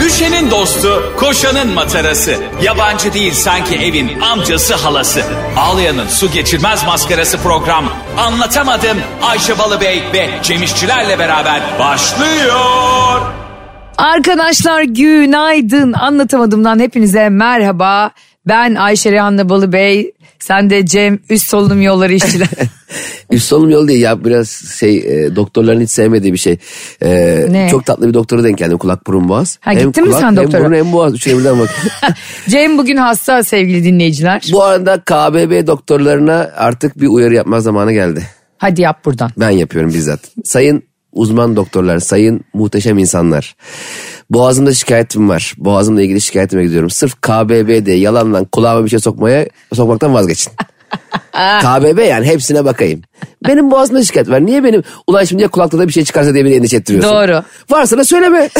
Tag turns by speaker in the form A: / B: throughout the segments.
A: Düşenin dostu, koşanın matarası. Yabancı değil sanki evin amcası halası. Ağlayanın su geçirmez maskarası program. Anlatamadım Ayşe Balıbey ve Cemişçilerle beraber başlıyor.
B: Arkadaşlar günaydın. Anlatamadığımdan hepinize merhaba. Ben Ayşe Rehan'la Balı Bey. Sen de Cem Üst Solunum Yolları işçiler.
C: Üst solunum yolu değil ya biraz şey e, doktorların hiç sevmediği bir şey. E,
B: Ne?
C: Çok tatlı bir doktora denk geldim kulak burun boğaz.
B: Ha,
C: hem
B: gittin mi
C: kulak,
B: sen doktora?
C: Hem burun hem boğaz üçüne birden bak.
B: Cem bugün hasta sevgili dinleyiciler.
C: Bu arada KBB doktorlarına artık bir uyarı yapma zamanı geldi.
B: Hadi yap buradan.
C: Ben yapıyorum bizzat. Sayın uzman doktorlar, sayın muhteşem insanlar. Boğazımda şikayetim var. Boğazımla ilgili şikayetime gidiyorum. Sırf KBB diye yalandan kulağıma bir şey sokmaya sokmaktan vazgeçin. KBB yani hepsine bakayım. Benim boğazımda şikayet var. Niye benim? Ulan şimdi ya kulakta da bir şey çıkarsa diye beni endişe ettiriyorsun.
B: Doğru.
C: Varsa da söyleme.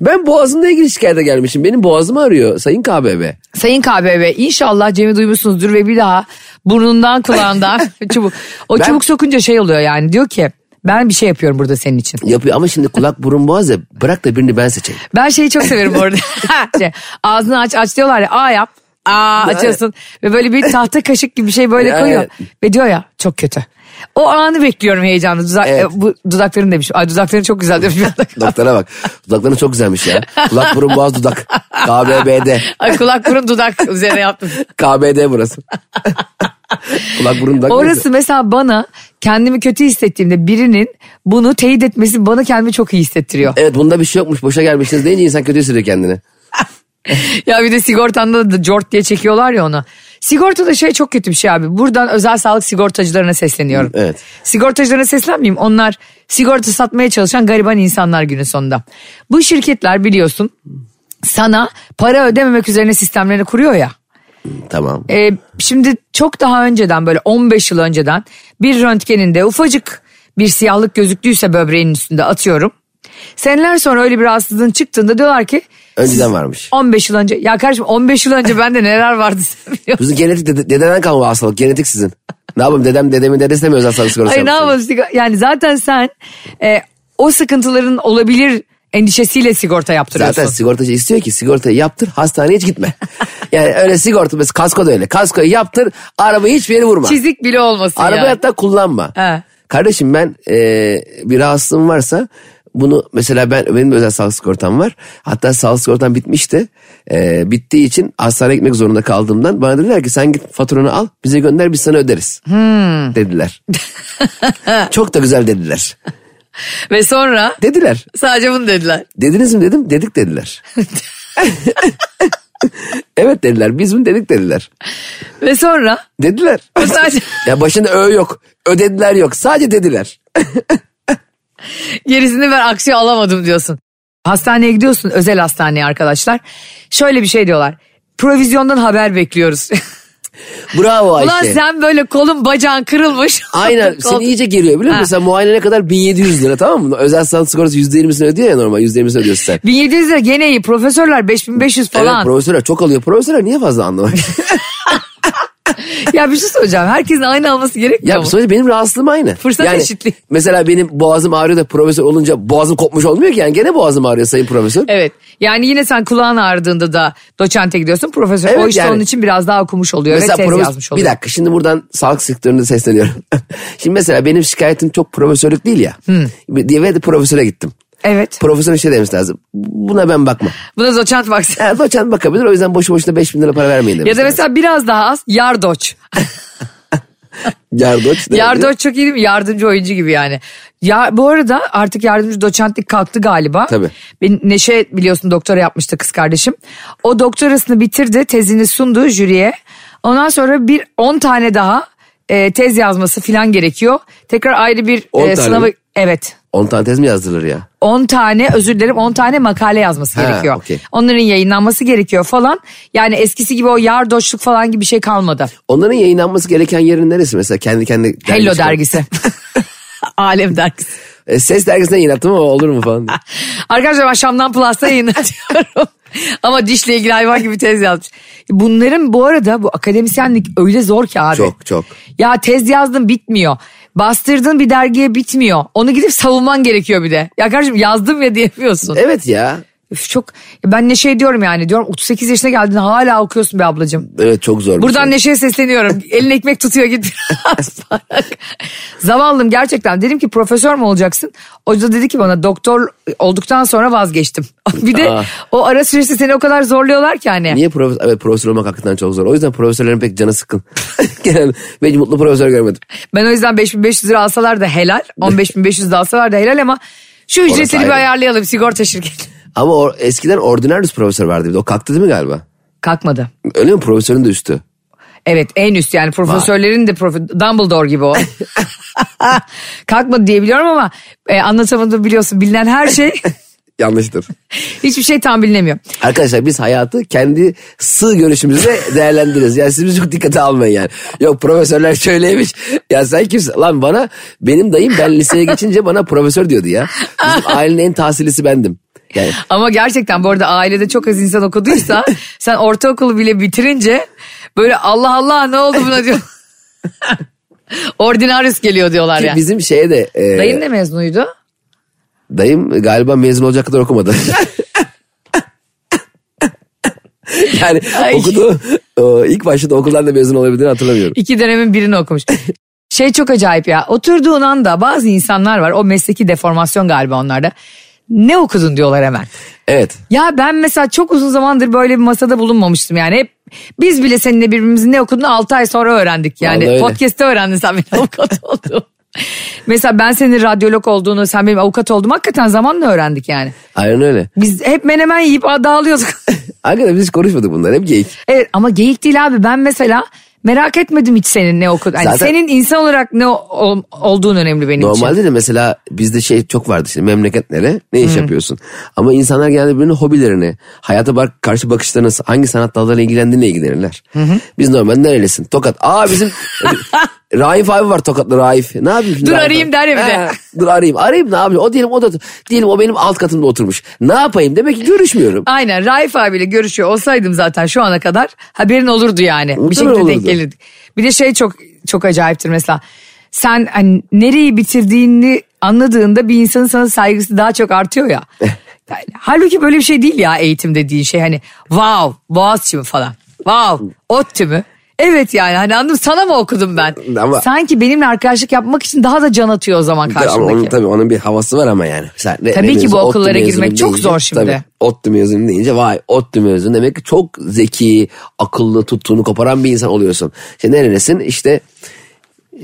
C: ben boğazımla ilgili şikayete gelmişim. Benim boğazımı arıyor sayın KBB.
B: Sayın KBB inşallah Cem'i duymuşsunuzdur ve bir daha burnundan kulağından çubuk. O
C: Ben-
B: çubuk sokunca şey oluyor yani diyor ki ben bir şey yapıyorum burada senin için.
C: Yapıyor ama şimdi kulak burun boğaz ya bırak da birini ben seçeyim.
B: Ben şeyi çok severim bu arada. Şey, ağzını aç aç diyorlar ya a yap. A açıyorsun ve böyle bir tahta kaşık gibi bir şey böyle
C: Yani-
B: koyuyor. Ve diyor ya çok kötü. O anı bekliyorum heyecanla. Dudak,
C: Evet.
B: e, bu dudakların demiş. Ay dudakların çok güzel demiş.
C: Doktora bak. Dudakların çok güzelmiş ya. Kulak burun boğaz dudak. KBB'de.
B: Ay kulak burun dudak üzerine yaptım.
C: KBD burası. Kulak burun dudak. burası.
B: Orası mesela bana kendimi kötü hissettiğimde birinin bunu teyit etmesi bana kendimi çok iyi hissettiriyor.
C: Evet bunda bir şey yokmuş. Boşa gelmişsiniz deyince insan kötü hissediyor kendini.
B: ya bir de sigortanda da cort diye çekiyorlar ya onu. Sigortada şey çok kötü bir şey abi. Buradan özel sağlık sigortacılarına sesleniyorum.
C: Evet.
B: Sigortacılarına seslenmeyeyim. Onlar sigorta satmaya çalışan gariban insanlar günün sonunda. Bu şirketler biliyorsun sana para ödememek üzerine sistemlerini kuruyor ya.
C: Tamam.
B: Ee, şimdi çok daha önceden böyle 15 yıl önceden bir röntgeninde ufacık bir siyahlık gözüktüyse böbreğin üstünde atıyorum. Seneler sonra öyle bir rahatsızlığın çıktığında diyorlar ki
C: Önceden
B: siz
C: varmış.
B: 15 yıl önce. Ya kardeşim 15 yıl önce bende neler vardı sen biliyor musun?
C: Bizim genetik dede, dededen kalma hastalık. Genetik sizin. Ne yapayım dedem dedemin dedesi de mi özel sağlık sigortası
B: Ay ne
C: yapmış?
B: yapalım sigo- yani zaten sen e, o sıkıntıların olabilir endişesiyle sigorta yaptırıyorsun.
C: Zaten sigortacı istiyor ki sigortayı yaptır hastaneye hiç gitme. yani öyle sigorta mesela kasko da öyle. Kaskoyu yaptır arabayı hiçbir yere vurma.
B: Çizik bile olmasın
C: Araba
B: yani.
C: hatta kullanma.
B: He.
C: Kardeşim ben e, bir rahatsızlığım varsa bunu mesela ben benim de özel sağlık sigortam var. Hatta sağlık sigortam bitmişti. E, bittiği için hastaneye gitmek zorunda kaldığımdan bana dediler ki sen git faturanı al bize gönder biz sana öderiz.
B: Hmm.
C: Dediler. Çok da güzel dediler.
B: Ve sonra
C: Dediler.
B: sadece bunu dediler.
C: Dediniz mi dedim dedik dediler. evet dediler biz mi dedik dediler.
B: Ve sonra
C: Dediler.
B: o sadece
C: ya başında ö yok ödediler yok sadece dediler.
B: Gerisini ben aksiye alamadım diyorsun. Hastaneye gidiyorsun özel hastaneye arkadaşlar. Şöyle bir şey diyorlar. Provizyondan haber bekliyoruz.
C: Bravo Ayşe.
B: Ulan sen böyle kolun bacağın kırılmış.
C: Aynen
B: Kol-
C: seni iyice geriyor biliyor
B: Ha.
C: musun? Sen muayenene kadar 1700 lira tamam mı? Özel sağlık sigortası %20'sini ödüyor ya normal %20'sini ödüyorsun sen.
B: 1700 lira gene iyi. Profesörler 5500
C: Evet
B: falan.
C: profesörler çok alıyor. Profesörler niye fazla anlamak?
B: ya bir şey soracağım. Herkesin aynı alması gerekmiyor
C: ya
B: mu?
C: sonuçta benim rahatsızlığım aynı.
B: Fırsat eşitliği.
C: Mesela benim boğazım ağrıyor da profesör olunca boğazım kopmuş olmuyor ki. Yani gene boğazım ağrıyor sayın profesör.
B: Evet. Yani yine sen kulağın ağrıdığında da doçente gidiyorsun. Profesör
C: Evet,
B: o işte
C: yani.
B: onun için biraz daha okumuş oluyor ve tez
C: profes-
B: yazmış oluyor.
C: Bir dakika şimdi buradan sağlık sektöründe sesleniyorum. şimdi mesela benim şikayetim çok profesörlük değil ya.
B: Hmm.
C: Diye ve de profesöre gittim.
B: Evet.
C: Profesör şey demiş lazım. Buna ben bakmam.
B: Buna doçent baksın.
C: Yani doçent bakabilir o yüzden boşu boşuna 5000 lira para vermeyin demiş.
B: Ya da mesela biraz daha az yardoç.
C: Yardoç. ne oluyor?
B: Yardoç çok iyi değil mi? Yardımcı oyuncu gibi yani. Ya bu arada artık yardımcı doçentlik kalktı galiba.
C: Tabii.
B: Ben Neşe biliyorsun doktora yapmıştı kız kardeşim. O doktorasını bitirdi, tezini sundu jüriye. Ondan sonra bir 10 tane daha e, tez yazması falan gerekiyor. Tekrar ayrı bir
C: On
B: e,
C: tane
B: sınava
C: mi?
B: evet.
C: 10 tane tez mi yazdırılır ya?
B: 10 tane özür dilerim 10 tane makale yazması
C: Ha,
B: gerekiyor.
C: okey.
B: Onların yayınlanması gerekiyor falan. Yani eskisi gibi o yardoçluk falan gibi bir şey kalmadı.
C: Onların yayınlanması gereken yerin neresi mesela? Kendi kendi
B: Hello
C: çıkar-
B: dergisi. Alem dergisi.
C: E, ses dergisine yayınlattım ama olur mu falan. diye.
B: Arkadaşlar ben Şam'dan Plus'ta yayınlatıyorum. Ama dişle ilgili hayvan gibi tez yazmış. Bunların bu arada bu akademisyenlik öyle zor ki abi.
C: Çok, çok.
B: Ya tez yazdım bitmiyor. bastırdığın bir dergiye bitmiyor. Onu gidip savunman gerekiyor bir de. Ya kardeşim yazdım ya diyemiyorsun.
C: Evet ya.
B: Üf, çok ben Neşe'ye diyorum yani diyorum 38 yaşına geldin hala okuyorsun be ablacığım.
C: Evet çok zor. bir
B: Buradan
C: şey.
B: Neşe'ye sesleniyorum. Elin ekmek tutuyor git biraz bak. Zavallım gerçekten. Dedim ki profesör mü olacaksın? O da dedi ki bana doktor olduktan sonra vazgeçtim. bir de
C: Aa.
B: o ara süresi seni o kadar zorluyorlar ki hani.
C: Niye profesör? Evet profesör olmak hakikaten çok zor. O yüzden profesörlerin pek canı sıkkın. Genelde ben hiç mutlu profesör görmedim.
B: Ben o yüzden 5500 lira alsalar da helal. 15500 de alsalar da helal ama şu ücretleri bir
C: ayrı.
B: ayarlayalım sigorta şirketi.
C: Ama o, eskiden ordinarius profesör vardı bir de. O kalktı değil mi galiba?
B: Kalkmadı.
C: Öyle mi profesörün de üstü?
B: Evet en üst yani profesörlerin de profe Dumbledore gibi o. Kalkmadı diyebiliyorum ama e, anlatamadım biliyorsun bilinen her şey
C: Yanlıştır.
B: hiçbir şey tam bilinemiyor.
C: Arkadaşlar biz hayatı kendi sığ görüşümüzle değerlendiririz. Yani siz bizi çok dikkate almayın yani. Yok profesörler şöyleymiş. Ya sen kimsin? Lan bana benim dayım ben liseye geçince bana profesör diyordu ya. Bizim ailenin en tahsillisi bendim. Yani
B: Ama gerçekten bu arada ailede çok az insan okuduysa sen ortaokulu bile bitirince böyle Allah Allah ne oldu buna diyor. Ordinarius geliyor diyorlar
C: ki
B: yani.
C: bizim şeye de... e,
B: Dayın ne mezunuydu?
C: Dayım galiba mezun olacak kadar okumadı. yani
B: Ay.
C: okudu o, ilk başta da okuldan da mezun olabildiğini hatırlamıyorum.
B: İki dönemin birini okumuş. Şey çok acayip ya. Oturduğun anda bazı insanlar var. O mesleki deformasyon galiba onlarda. Ne okudun diyorlar hemen.
C: Evet.
B: Ya ben mesela çok uzun zamandır böyle bir masada bulunmamıştım yani. Hep biz bile seninle birbirimizin ne okuduğunu 6 ay sonra öğrendik. Yani
C: Vallahi öyle.
B: podcast'te öğrendin sen benim avukat olduğumu. mesela ben senin radyolog olduğunu, sen benim avukat olduğumu hakikaten zamanla öğrendik yani.
C: Aynen öyle.
B: Biz hep menemen yiyip dağılıyorduk.
C: Hakikaten biz hiç konuşmadık bunları. Hep geyik.
B: evet ama geyik değil abi ben mesela merak etmedim hiç senin ne okudun. Yani
C: Zaten-
B: senin insan olarak ne o- ol- olduğun önemli benim için.
C: Normalde de mesela bizde şey çok vardı şimdi memleket nere ne iş yapıyorsun. Ama insanlar genelde birbirinin hobilerini, hayata bak, karşı bakışlarını, hangi sanat dallarıyla ilgilendiğine ilgilenirler. Biz normal nerelisin? Tokat. Aa bizim Raif abi var Tokatlı Raif. Ne yapayım şimdi?
B: Dur
C: Raif
B: arayayım
C: abi?
B: der ya bir de.
C: He, Dur arayayım. Arayayım ne yapayım? O diyelim o da diyelim o benim alt katımda oturmuş. Ne yapayım? Demek ki görüşmüyorum.
B: Aynen Raif abiyle görüşüyor olsaydım zaten şu ana kadar haberin olurdu yani. bir
C: Muhtemelen
B: şekilde denk
C: olurdu.
B: gelirdik. Bir de şey çok çok acayiptir mesela. Sen hani nereyi bitirdiğini anladığında bir insanın sana saygısı daha çok artıyor ya.
C: Eh.
B: Yani, halbuki böyle bir şey değil ya eğitim dediğin şey hani wow Boğaziçi mi falan. Wow ODTÜ mü? Evet yani hani anladım sana mı okudum ben?
C: Ama-
B: Sanki benimle arkadaşlık yapmak için daha da can atıyor o zaman
C: Ama onun,
B: karşımdaki.
C: tabii onun bir havası var ama yani. Sen ne-
B: Tabii
C: ne
B: ki
C: mezun,
B: bu
C: ODTÜ
B: okullara
C: mezunu
B: girmek çok
C: deyince,
B: zor şimdi.
C: Tabii, ODTÜ mezunu deyince vay ODTÜ mezunu demek ki çok zeki, akıllı, tuttuğunu koparan bir insan oluyorsun. İşte nerenesin? İşte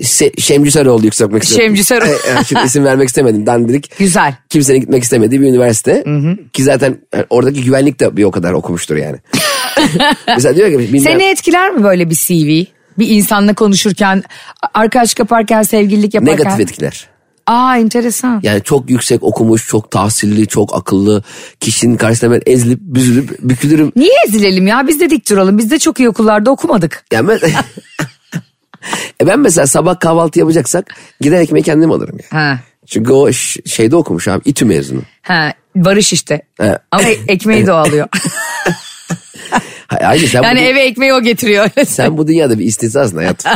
C: Se Şemcü Sarıoğlu yüksek olmak istedim.
B: Şemcü Sarıoğlu.
C: E, e, Şimdi isim vermek istemedim. Dandirik.
B: Güzel.
C: Kimsenin gitmek istemediği bir üniversite. Ki zaten e, oradaki güvenlik de bir o kadar okumuştur yani. Mesela diyor ki bilmem-
B: Seni etkiler mi böyle bir CV? Bir insanla konuşurken, arkadaşlık yaparken, sevgililik yaparken.
C: negatif etkiler.
B: Aa enteresan.
C: Yani çok yüksek okumuş, çok tahsilli, çok akıllı kişinin karşısına ben ezilip, büzülüp, bükülürüm.
B: Niye ezilelim ya? Biz de dik duralım. Biz de çok iyi okullarda okumadık.
C: Yani ben, E ben mesela sabah kahvaltı yapacaksak gider ekmeği kendim alırım yani.
B: Ha.
C: Çünkü o ş- şeyde okumuş abi İTÜ mezunu.
B: Ha, barış işte.
C: Evet.
B: Ama ekmeği de o alıyor.
C: Ha- Hayır sen,
B: yani
C: bu, dü-
B: eve ekmeği o getiriyor.
C: sen bu dünyada bir istisnasın hayatım.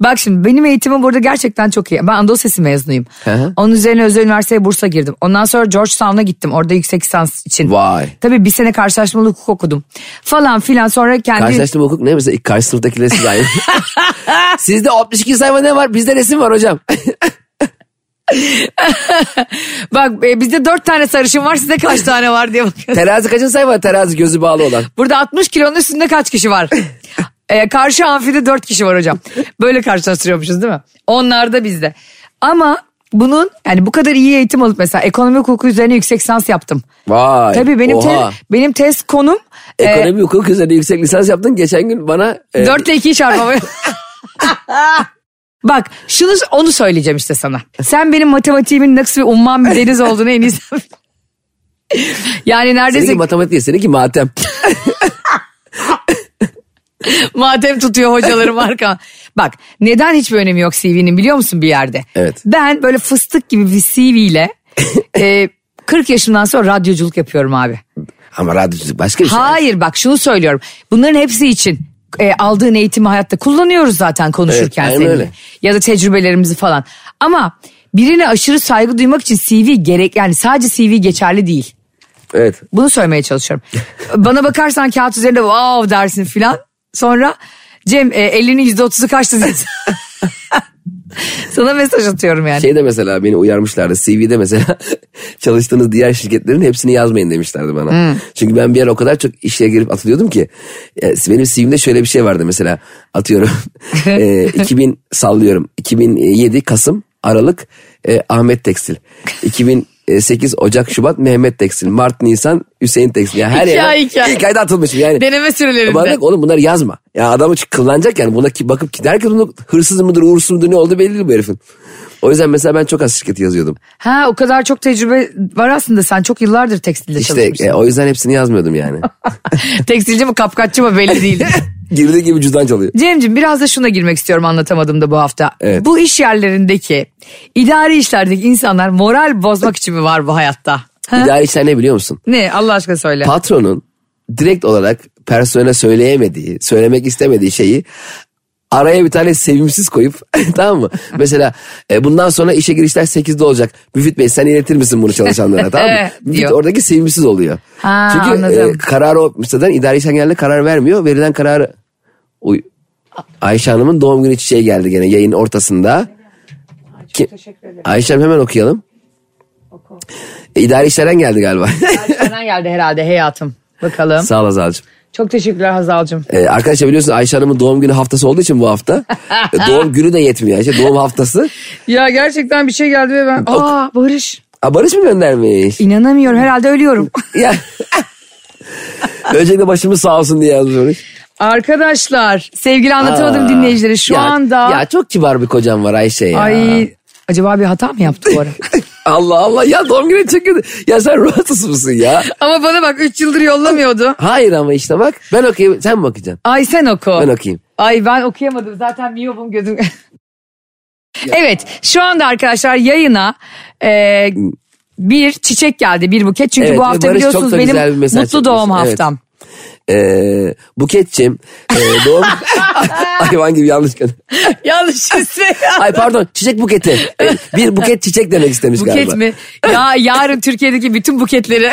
B: Bak şimdi benim eğitimim burada gerçekten çok iyi. Ben Anadolu Sesi mezunuyum.
C: Hı hı.
B: Onun üzerine özel üniversiteye Bursa girdim. Ondan sonra Georgetown'a gittim. Orada yüksek lisans için.
C: Vay.
B: Tabii bir sene karşılaşmalı hukuk okudum. Falan filan sonra kendi...
C: Karşılaştırma hukuk ne mesela ilk karşı sınıftakiler siz aynı. Sizde 62 sayfa ne var? Bizde resim var hocam.
B: Bak e, bizde dört tane sarışın var sizde kaç tane var diye bakıyorum.
C: Terazi kaçın sayfa? Terazi gözü bağlı olan.
B: Burada 60 kilonun üstünde kaç kişi var? E, karşı amfide dört kişi var hocam. Böyle karşılaştırıyormuşuz değil mi? Onlar da bizde. Ama bunun yani bu kadar iyi eğitim alıp mesela ekonomi hukuku üzerine yüksek lisans yaptım.
C: Vay.
B: Tabii benim te-
C: oha.
B: benim test konum e,
C: Ekonomi hukuk üzerine yüksek lisans yaptın. Geçen gün bana e,
B: 4 ile 2'yi çarpamıyor. Bak şunu onu söyleyeceğim işte sana. Sen benim matematiğimin nasıl bir umman bir deniz olduğunu en iyi sen- Yani neredeyse
C: seninki matematik değil seninki matem.
B: Madem tutuyor hocalarım arka. Bak neden hiçbir önemi yok CV'nin biliyor musun bir yerde?
C: Evet.
B: Ben böyle fıstık gibi bir CV ile e, 40 yaşımdan sonra radyoculuk yapıyorum abi.
C: Ama radyoculuk başka bir şey.
B: Hayır bak şunu söylüyorum. Bunların hepsi için e, aldığın eğitimi hayatta kullanıyoruz zaten konuşurken
C: Evet, aynen
B: seninle.
C: öyle.
B: Ya da tecrübelerimizi falan. Ama birine aşırı saygı duymak için CV gerek yani sadece CV geçerli değil.
C: Evet.
B: Bunu söylemeye çalışıyorum. Bana bakarsan kağıt üzerinde wow dersin filan. Sonra Cem e, elinin yüzde otuzu kaçtı diye- Sana mesaj atıyorum yani.
C: Şeyde mesela beni uyarmışlardı. CV'de mesela çalıştığınız diğer şirketlerin hepsini yazmayın demişlerdi bana. Çünkü ben bir yer o kadar çok işe girip atılıyordum ki. e, Benim CV'mde şöyle bir şey vardı mesela. Atıyorum. e, 2000 sallıyorum. 2007 Kasım Aralık e, Ahmet Tekstil. 2008 Ocak Şubat Mehmet Tekstil. Mart Nisan Hüseyin Tekstil. Yani her
B: İki
C: yere
B: ay, iki ay.
C: ilk ayda atılmışım yani.
B: Deneme sürelerinde.
C: Bana diyor ki, oğlum bunlar yazma. Ya adamı çık- kıllanacak yani. Buna ki, bakıp gider ki bunu hırsız mıdır uğursuz mudur ne oldu belli değil bu herifin. O yüzden mesela ben çok az şirketi yazıyordum.
B: Ha o kadar çok tecrübe var aslında sen çok yıllardır tekstilde
C: İşte
B: çalışmışsın.
C: e, o yüzden hepsini yazmıyordum yani.
B: Tekstilci mi kapkaççı mı belli değil.
C: Girdiği gibi cüzdan çalıyor.
B: Cem'cim biraz da şuna girmek istiyorum anlatamadım da bu hafta.
C: Evet.
B: Bu iş yerlerindeki idari işlerdeki insanlar moral bozmak için mi var bu hayatta? Ha?
C: İdari işler ne biliyor musun?
B: Ne Allah aşkına söyle.
C: Patronun direkt olarak personele söyleyemediği, söylemek istemediği şeyi araya bir tane sevimsiz koyup tamam mı? Mesela e, bundan sonra işe girişler 8'de olacak. Müfit Bey sen iletir misin bunu çalışanlara tamam mı?
B: Evet,
C: Müfit
B: diyor.
C: oradaki sevimsiz oluyor.
B: Ha,
C: Çünkü
B: anladım.
C: kararı o müsteden idari işten genelde karar vermiyor. Verilen kararı Uy, Ayşe Hanım'ın doğum günü çiçeği geldi gene yayın ortasında. Ki, Ayşe Hanım hemen okuyalım. E, İdari işlerden geldi galiba.
B: Senden geldi herhalde hayatım. Bakalım.
C: Sağ ol Azal'cığım.
B: Çok teşekkürler Hazal'cım.
C: Ee, arkadaşlar biliyorsunuz Ayşe Hanım'ın doğum günü haftası olduğu için bu hafta. e, doğum günü de yetmiyor Ayşe. Doğum haftası.
B: Ya gerçekten bir şey geldi ve ben... Aa Barış.
C: Aa, Barış mı göndermiş?
B: İnanamıyorum herhalde ölüyorum.
C: ya. Öncelikle başımız sağ olsun diye yazmış Barış.
B: Arkadaşlar sevgili anlatamadım
C: Aa,
B: dinleyicileri şu
C: ya-
B: anda...
C: Ya çok kibar bir kocam var Ayşe ya.
B: Ay acaba bir hata mı yaptı bu ara?
C: Allah Allah ya doğum günü çekiyordu. Ya sen rahatsız mısın ya?
B: ama bana bak 3 yıldır yollamıyordu.
C: Hayır ama işte bak ben okuyayım sen mi okuyacaksın?
B: Ay sen oku.
C: Ben okuyayım.
B: Ay ben okuyamadım zaten miyopum gözüm. evet şu anda arkadaşlar yayına e, bir çiçek geldi bir buket. Çünkü
C: Evet,
B: bu
C: ve
B: hafta
C: Barış çok
B: biliyorsunuz
C: da güzel
B: benim
C: bir mesaj
B: mutlu doğum
C: çekmiş. Evet.
B: haftam.
C: Ee, Buketçim e, doğum... Hayvan gibi yanlış kadın.
B: Yanlış ismi.
C: Ay pardon çiçek buketi. Ee, Bir buket çiçek demek istemiş
B: Buket
C: galiba.
B: mi? Ya yarın Türkiye'deki bütün buketleri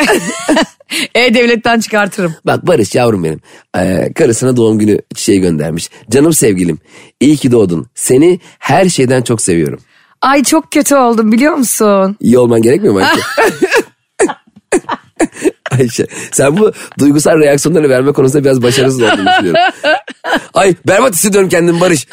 B: E-Devlet'ten çıkartırım.
C: Bak Barış yavrum benim. Ee, karısına doğum günü çiçeği göndermiş. Canım sevgilim. iyi ki doğdun. Seni her şeyden çok seviyorum.
B: Ay çok kötü oldum biliyor musun?
C: İyi olman gerekmiyor mu Ayşe? Ayşe sen bu duygusal reaksiyonları verme konusunda biraz başarısız olduğunu düşünüyorum. Ay berbat hissediyorum kendimi Barış.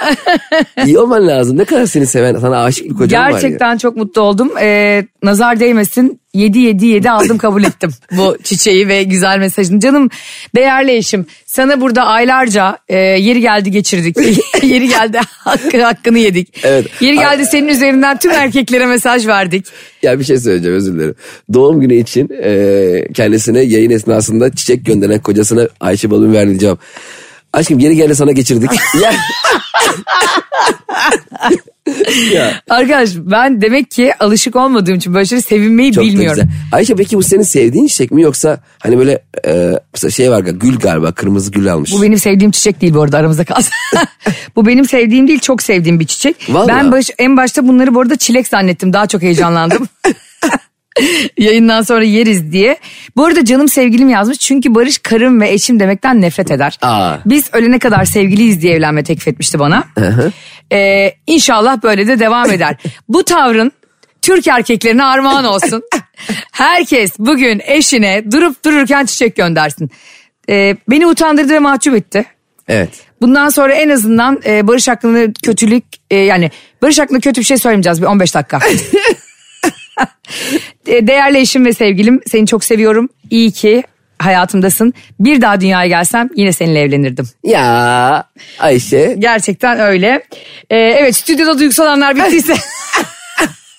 C: İyi olman lazım. Ne kadar seni seven, sana aşık bir kocan var ya.
B: Gerçekten çok mutlu oldum. Ee, nazar değmesin. 7 7 7 aldım kabul ettim bu çiçeği ve güzel mesajını. Canım değerli eşim sana burada aylarca e, yeri geldi geçirdik. yeri geldi hakkı, hakkını yedik.
C: Evet.
B: Yeri geldi senin üzerinden tüm erkeklere mesaj verdik.
C: Ya bir şey söyleyeceğim özür dilerim. Doğum günü için e, kendisine yayın esnasında çiçek gönderen kocasına Ayşe Balım verdiği cevap. Aşkım yeni geldi sana geçirdik. ya,
B: Arkadaş ben demek ki alışık olmadığım için böyle şeylere sevinmeyi
C: çok da
B: bilmiyorum.
C: güzel. Ayşe peki bu senin sevdiğin çiçek mi yoksa hani böyle e, mesela şey var galiba, gül galiba kırmızı gül almış.
B: Bu benim sevdiğim çiçek değil bu arada aramızda kalsın. bu benim sevdiğim değil çok sevdiğim bir çiçek.
C: Vallahi.
B: Ben baş, en başta bunları bu arada çilek zannettim daha çok heyecanlandım. Yayından sonra yeriz diye. Bu arada canım sevgilim yazmış çünkü Barış karım ve eşim demekten nefret eder.
C: Aa.
B: Biz ölene kadar sevgiliyiz diye evlenme teklif etmişti bana. Ee, inşallah böyle de devam eder. bu tavrın Türk erkeklerine armağan olsun. Herkes bugün eşine durup dururken çiçek göndersin. Ee, beni utandırdı ve mahcup etti.
C: Evet.
B: Bundan sonra en azından e, Barış hakkında kötülük e, yani Barış hakkında kötü bir şey söylemeyeceğiz bir 15 dakika. E, Değerli eşim ve sevgilim seni çok seviyorum. İyi ki hayatımdasın. Bir daha dünyaya gelsem yine seninle evlenirdim.
C: Ya Ayşe
B: Gerçekten öyle. E, evet stüdyoda duygusal anlar bittiyse.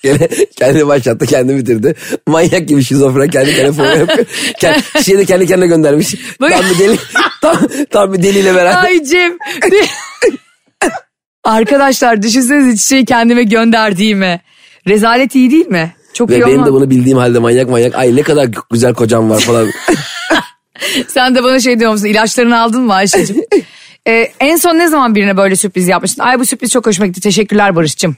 C: gene kendi başlattı kendi bitirdi. Manyak gibi şizofren kendi telefonu yapıyor. Kendi, çiçeği de kendi kendine göndermiş.
B: Bak-
C: Tam bir deli tam, tam bir deliyle beraber.
B: Ay Cem. Arkadaşlar düşünsenize çiçeği kendime gönderdiğimi. Rezalet iyi değil mi? Çok
C: Ve
B: iyi
C: benim
B: şey olmaz.
C: de bunu bildiğim halde manyak manyak ay ne kadar güzel kocam var falan.
B: Sen de bana şey diyor musun? İlaçlarını aldın mı Ayşe'cim? Ee, en son ne zaman birine böyle sürpriz yapmıştın? Ay bu sürpriz çok hoşuma gitti. Teşekkürler Barış'cığım.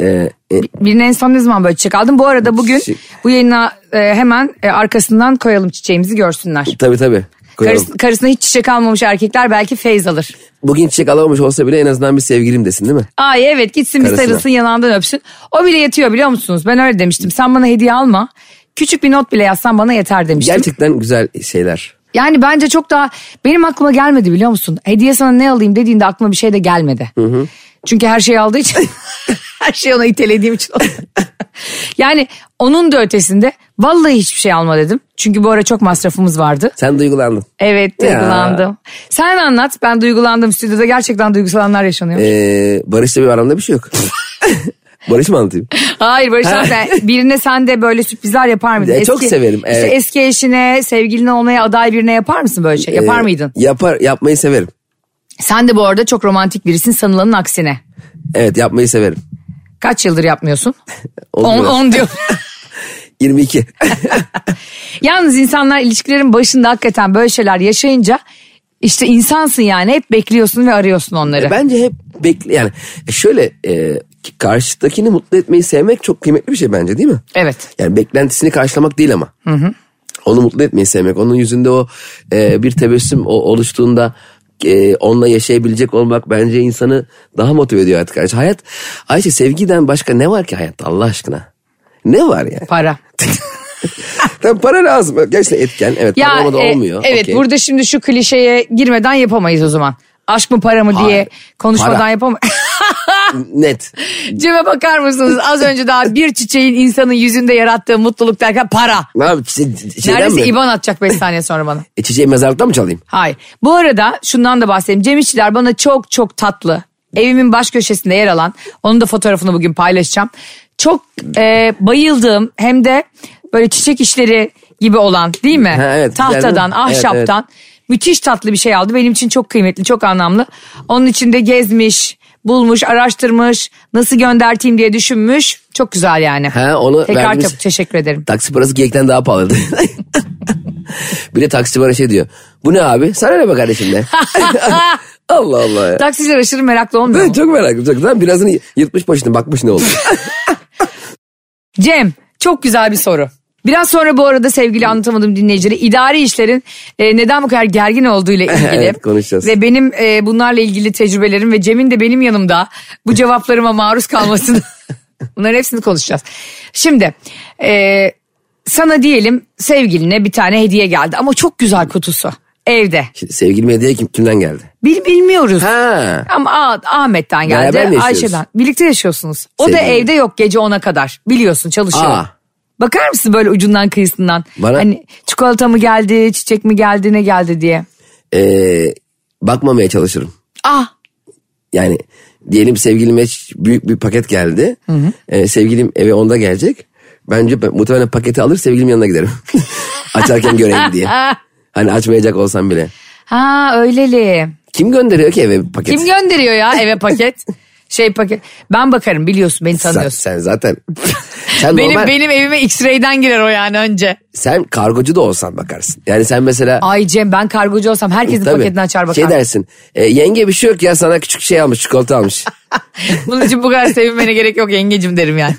C: Ee, e,
B: Birine en son ne zaman böyle çiçek aldın? Bu arada bugün
C: Çiçek.
B: bu yayına e, hemen e, arkasından koyalım çiçeğimizi görsünler.
C: tabii tabii. Koyalım.
B: Karıs- karısına hiç çiçek almamış erkekler belki feyz alır.
C: Bugün çiçek alamamış olsa bile en azından bir sevgilim desin değil mi?
B: Ay evet gitsin bir
C: Karısına.
B: sarılsın yanağından öpsün. O bile yetiyor biliyor musunuz? Ben öyle demiştim. Sen bana hediye alma. Küçük bir not bile yazsan bana yeter demiştim.
C: Gerçekten güzel şeyler.
B: Yani bence çok daha benim aklıma gelmedi biliyor musun? Hediye sana ne alayım dediğinde aklıma bir şey de gelmedi. Çünkü her şeyi aldığı için her şeyi ona itelediğim için. oldu. yani onun da ötesinde vallahi hiçbir şey alma dedim. Çünkü bu ara çok masrafımız vardı.
C: Sen duygulandın.
B: Evet
C: Ya.
B: duygulandım. Sen anlat ben duygulandım stüdyoda gerçekten duygusal anlar yaşanıyor.
C: Ee, Barış'la bir aramda bir şey yok. Barış mı anlatayım?
B: Hayır Barış abi sen- birine sen de böyle sürprizler yapar mıydın?
C: Ya, E, çok severim,
B: işte
C: evet.
B: eski eşine sevgiline olmaya aday birine yapar mısın böyle şey? Yapar
C: Ee,
B: mıydın?
C: Yapar, yapmayı severim.
B: Sen de bu arada çok romantik birisin sanılanın aksine.
C: Evet yapmayı severim.
B: Kaç yıldır yapmıyorsun?
C: Oldu
B: 10
C: biraz.
B: 10 diyor.
C: 22.
B: Yalnız insanlar ilişkilerin başında hakikaten böyle şeyler yaşayınca işte insansın yani hep bekliyorsun ve arıyorsun onları.
C: E, bence hep bekle yani şöyle e, karşıdakini mutlu etmeyi sevmek çok kıymetli bir şey bence değil mi?
B: Evet.
C: Yani beklentisini karşılamak değil ama. Onu mutlu etmeyi sevmek. Onun yüzünde o e, bir tebessüm o, oluştuğunda e, onunla yaşayabilecek olmak bence insanı daha motive ediyor artık. Ayşe. Hayat Ayşe sevgiden başka ne var ki hayatta Allah aşkına? Ne var yani?
B: Para.
C: Tabii para lazım. Gerçekten etken. Evet para olmadan
B: e,
C: olmuyor.
B: Evet
C: Okey.
B: burada şimdi şu klişeye girmeden yapamayız o zaman. Aşk mı para mı
C: Hayır,
B: diye konuşmadan
C: para.
B: yapamayız.
C: Net.
B: Cem'e bakar mısınız? Az önce daha bir çiçeğin insanın yüzünde yarattığı mutluluk derken para.
C: Ne yapayım? Çi- Şeyden
B: Neredeyse
C: mi?
B: IBAN atacak 5 saniye sonra bana.
C: E, çiçeği mezarlıkta mı çalayım?
B: Hayır. Bu arada şundan da bahsedeyim. Cem İşçiler bana çok çok tatlı. Evimin baş köşesinde yer alan. Onun da fotoğrafını bugün paylaşacağım. Çok e, bayıldığım hem de böyle çiçek işleri gibi olan değil mi?
C: Ha, evet, güzel değil mi?
B: Tahtadan,
C: Evet, evet.
B: ahşaptan. Müthiş tatlı bir şey aldı. Benim için çok kıymetli, çok anlamlı. Onun için de gezmiş, bulmuş, araştırmış, nasıl gönderteyim diye düşünmüş. Çok güzel yani.
C: Ha, onu
B: Tekrar
C: vermiş.
B: çok teşekkür ederim.
C: Taksi parası geyikten daha pahalıydı. bir de taksi bana şey diyor. Bu ne abi? Sana ne be kardeşim de? Allah Allah ya.
B: Taksiciler aşırı meraklı olmuyor
C: Ben
B: mu?
C: çok merak ediyorum. Lan birazını yırtmış başını bakmış ne oldu.
B: Cem çok güzel bir soru. Biraz sonra bu arada sevgili anlatamadım dinleyicileri idari işlerin e, neden bu kadar gergin olduğu ile ilgili
C: Evet, konuşacağız.
B: ve benim e, bunlarla ilgili tecrübelerim ve Cem'in de benim yanımda bu cevaplarıma maruz kalmasını bunların hepsini konuşacağız. Şimdi e, sana diyelim sevgiline bir tane hediye geldi ama çok güzel kutusu evde
C: Şimdi sevgilim hediye kim, kimden geldi?
B: Bil, bilmiyoruz.
C: Ha.
B: Ama A- Ahmet'ten geldi.
C: Beraber mi yaşıyoruz?
B: Ayşe'den. Birlikte yaşıyorsunuz. O da
C: Sevgili.
B: evde yok gece 10'a kadar. Biliyorsun çalışıyor.
C: Aa.
B: Bakar mısın böyle ucundan kıyısından?
C: Bana-
B: Hani çikolata mı geldi, çiçek mi geldi, ne geldi diye.
C: Ee, bakmamaya çalışırım.
B: Ah
C: Yani diyelim sevgilime ç- büyük bir paket geldi. Ee, sevgilim eve onda gelecek. Bence ben- muhtemelen paketi alır sevgilim yanına giderim. Açarken göreyim diye. Hani açmayacak olsam bile.
B: ha öyleli.
C: Kim gönderiyor ki eve paket?
B: Kim gönderiyor ya eve paket? şey paket. Ben bakarım biliyorsun beni
C: Sen,
B: tanıyorsun.
C: sen zaten. Sen
B: benim
C: normal,
B: benim evime X-ray'den girer o yani önce.
C: sen kargocu da olsan bakarsın. Yani sen mesela
B: Ay Cem ben kargocu olsam herkesin
C: tabii,
B: paketini açar bakar.
C: şey dersin. e, yenge bir şey yok ya sana küçük şey almış, çikolata almış.
B: Bunun için bu kadar sevinmene gerek yok yengecim derim yani.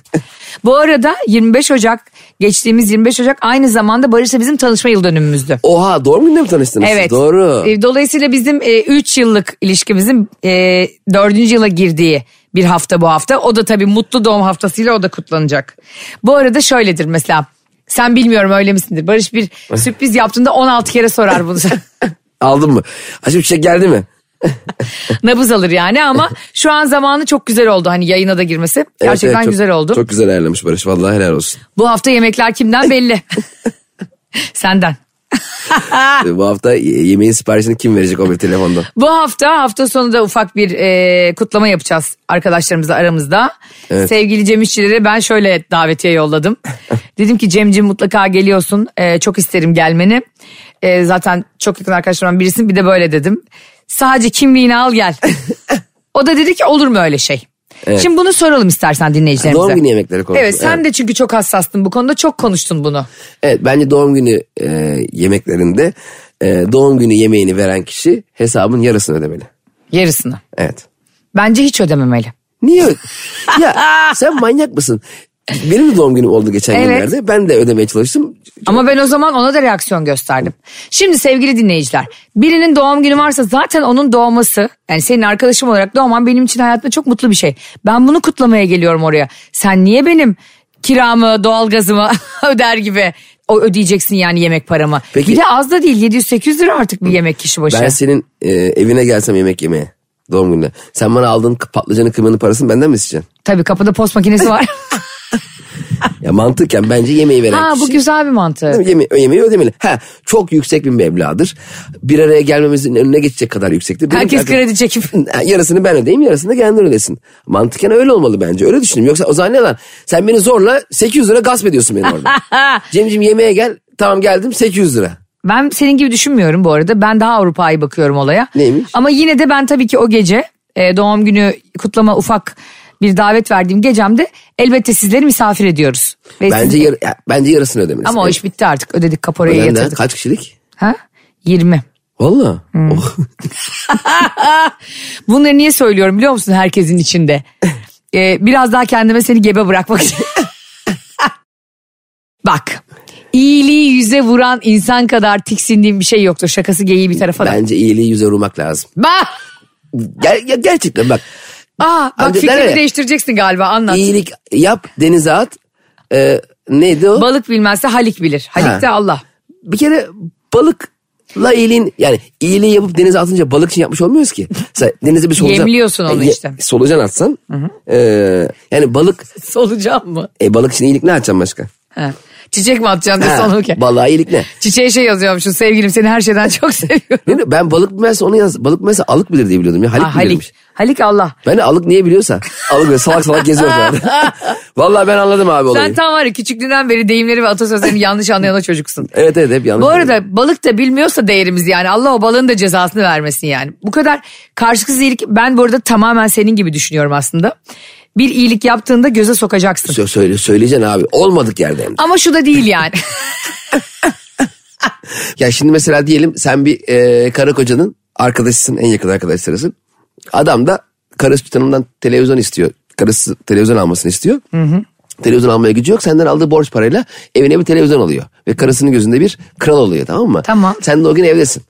B: Bu arada 25 Ocak geçtiğimiz 25 Ocak aynı zamanda Barış'la bizim tanışma yıl dönümümüzdü.
C: Oha doğum gününde mi tanıştınız? siz?
B: Evet.
C: Doğru.
B: E, Dolayısıyla bizim 3 yıllık ilişkimizin 4. yıla girdiği bir hafta bu hafta. O da tabii mutlu doğum haftasıyla o da kutlanacak. Bu arada şöyledir mesela. Sen bilmiyorum öyle misindir? Barış bir sürpriz yaptığında 16 kere sorar bunu.
C: Aldın mı? Açıp çiçek geldi mi?
B: Nabız alır yani ama şu an zamanı çok güzel oldu hani yayına da girmesi.
C: Evet,
B: Gerçekten
C: evet, çok-
B: güzel oldu.
C: Çok güzel ayarlamış Barış. Vallahi helal olsun.
B: Bu hafta yemekler kimden belli? Senden.
C: E, Bu hafta y- yemeğin siparişini kim verecek o bir telefonda?
B: Bu hafta hafta sonu da ufak bir e, kutlama yapacağız arkadaşlarımızla aramızda.
C: Evet.
B: Sevgili Cem İşçileri ben şöyle davetiye yolladım. Dedim ki Cem'cim mutlaka geliyorsun E, çok isterim gelmeni. E, zaten çok yakın arkadaşlarımdan birisin bir de böyle dedim. Sadece kimliğini al gel. o da dedi ki olur mu öyle şey? Şimdi bunu soralım istersen dinleyicilerimize.
C: Doğum günü yemekleri konusu.
B: Evet sen de çünkü çok hassastın bu konuda çok konuştun bunu.
C: Evet bence doğum günü e, yemeklerinde e, doğum günü yemeğini veren kişi hesabın yarısını ödemeli.
B: Yarısını.
C: Evet.
B: Bence hiç ödememeli.
C: Niye? ö- ya sen manyak mısın? Benim de doğum günüm oldu geçen
B: Evet.
C: günlerde. Ben de ödemeye çalıştım.
B: Ama ben o zaman ona da reaksiyon gösterdim. Şimdi sevgili dinleyiciler birinin doğum günü varsa zaten onun doğması yani senin arkadaşım olarak doğman benim için hayatımda çok mutlu bir şey. Ben bunu kutlamaya geliyorum oraya. Sen niye benim kiramı doğalgazımı öder gibi o ödeyeceksin yani yemek paramı.
C: Peki-
B: Bir de az da değil 700-800 lira artık bir yemek kişi başı.
C: Ben senin e, evine gelsem yemek yemeye doğum gününe. Sen bana aldığın k- patlıcanın kıymanın parasını benden mi isteyeceksin?
B: Tabii kapıda post makinesi var.
C: Ya mantıken bence yemeği veren
B: ha
C: kişi.
B: bu güzel bir mantığı.
C: Yeme yemeği ödemeli. Ha, çok yüksek bir meblağdır. Bir araya gelmemizin önüne geçecek kadar yüksektir. Dedim
B: Herkes
C: ki,
B: kredi çekip.
C: Ha, Yarısını ben ödeyeyim yarısını da kendin ödesin. Mantıken öyle olmalı bence. Öyle düşündüm. Yoksa o zaman ne lan? Sen beni zorla 800 lira gasp ediyorsun beni orada. Cemciğim yemeğe gel. Tamam geldim 800 lira.
B: Ben senin gibi düşünmüyorum bu arada. Ben daha Avrupa'yı bakıyorum olaya.
C: Neymiş?
B: Ama yine de ben tabii ki o gece e, doğum günü kutlama ufak bir davet verdiğim gecemde elbette sizleri misafir ediyoruz. Ve
C: Bence
B: siz-
C: yar- ya, bence yarısını ödemelisin.
B: Ama o iş bitti artık. Ödedik kaporayı
C: Önemli.
B: yatırdık.
C: Kaç kişilik?
B: Ha? 20.
C: Valla.
B: Hmm.
C: Oh.
B: Bunları niye söylüyorum biliyor musun herkesin içinde? Ee, biraz daha kendime seni gebe bırakmak için. Bak. iyiliği yüze vuran insan kadar tiksindiğim bir şey yoktur. Şakası geyiği bir tarafa da.
C: Bence iyiliği yüze vurmak lazım.
B: Bak.
C: Ger- ya gerçekten bak
B: Aa, bak
C: Amca,
B: fikrini
C: nereye?
B: değiştireceksin galiba anlat.
C: iyilik yap denize at. Ee, neydi o?
B: Balık bilmezse Halik bilir. Halik
C: Ha.
B: de Allah.
C: bir kere balıkla iyiliğin yani iyiliği yapıp denize atınca balık için yapmış olmuyoruz ki. Sen denize bir solucan.
B: Yemliyorsun onu
C: E, ye-
B: işte.
C: Solucan atsan. e, yani balık
B: Solucan mı?
C: e, balık için iyilik ne atacaksın başka?
B: Ha. Çiçek mi atacaksın da
C: Ha,
B: solucan?
C: Balığa iyilik ne?
B: Çiçeğe şey yazıyormuşsun sevgilim seni her şeyden çok seviyorum.
C: Ne- Ben balık bilmezse onu yaz. Balık bilmezse alık bilir diye biliyordum ya. Halik
B: Ha,
C: bilirmiş.
B: Halik. Halik Allah.
C: Ben de alık niye biliyorsa. Alık böyle salak salak geziyor falan. Vallahi ben anladım abi olayı.
B: Sen tam var ya küçüklüğünden beri deyimleri ve atasözlerini yanlış anlayan o çocuksun.
C: Evet evet hep yanlış.
B: Bu arada balık da bilmiyorsa değerimiz yani Allah o balığın da cezasını vermesin yani. Bu kadar karşılıksız iyilik ben bu arada tamamen senin gibi düşünüyorum aslında. Bir iyilik yaptığında göze sokacaksın.
C: Sö- söyle, söyleyeceksin abi. Olmadık yerde hem de.
B: Ama şu da değil yani.
C: Ya şimdi mesela diyelim sen bir e, karı kocanın arkadaşısın en yakın arkadaşlarısın. Adam da karısı tutanından televizyon istiyor. Karısı televizyon almasını istiyor. Televizyon almaya gücü yok. Senden aldığı borç parayla evine bir televizyon alıyor. Ve karısının gözünde bir kral oluyor tamam mı?
B: Tamam.
C: Sen de o gün evdesin.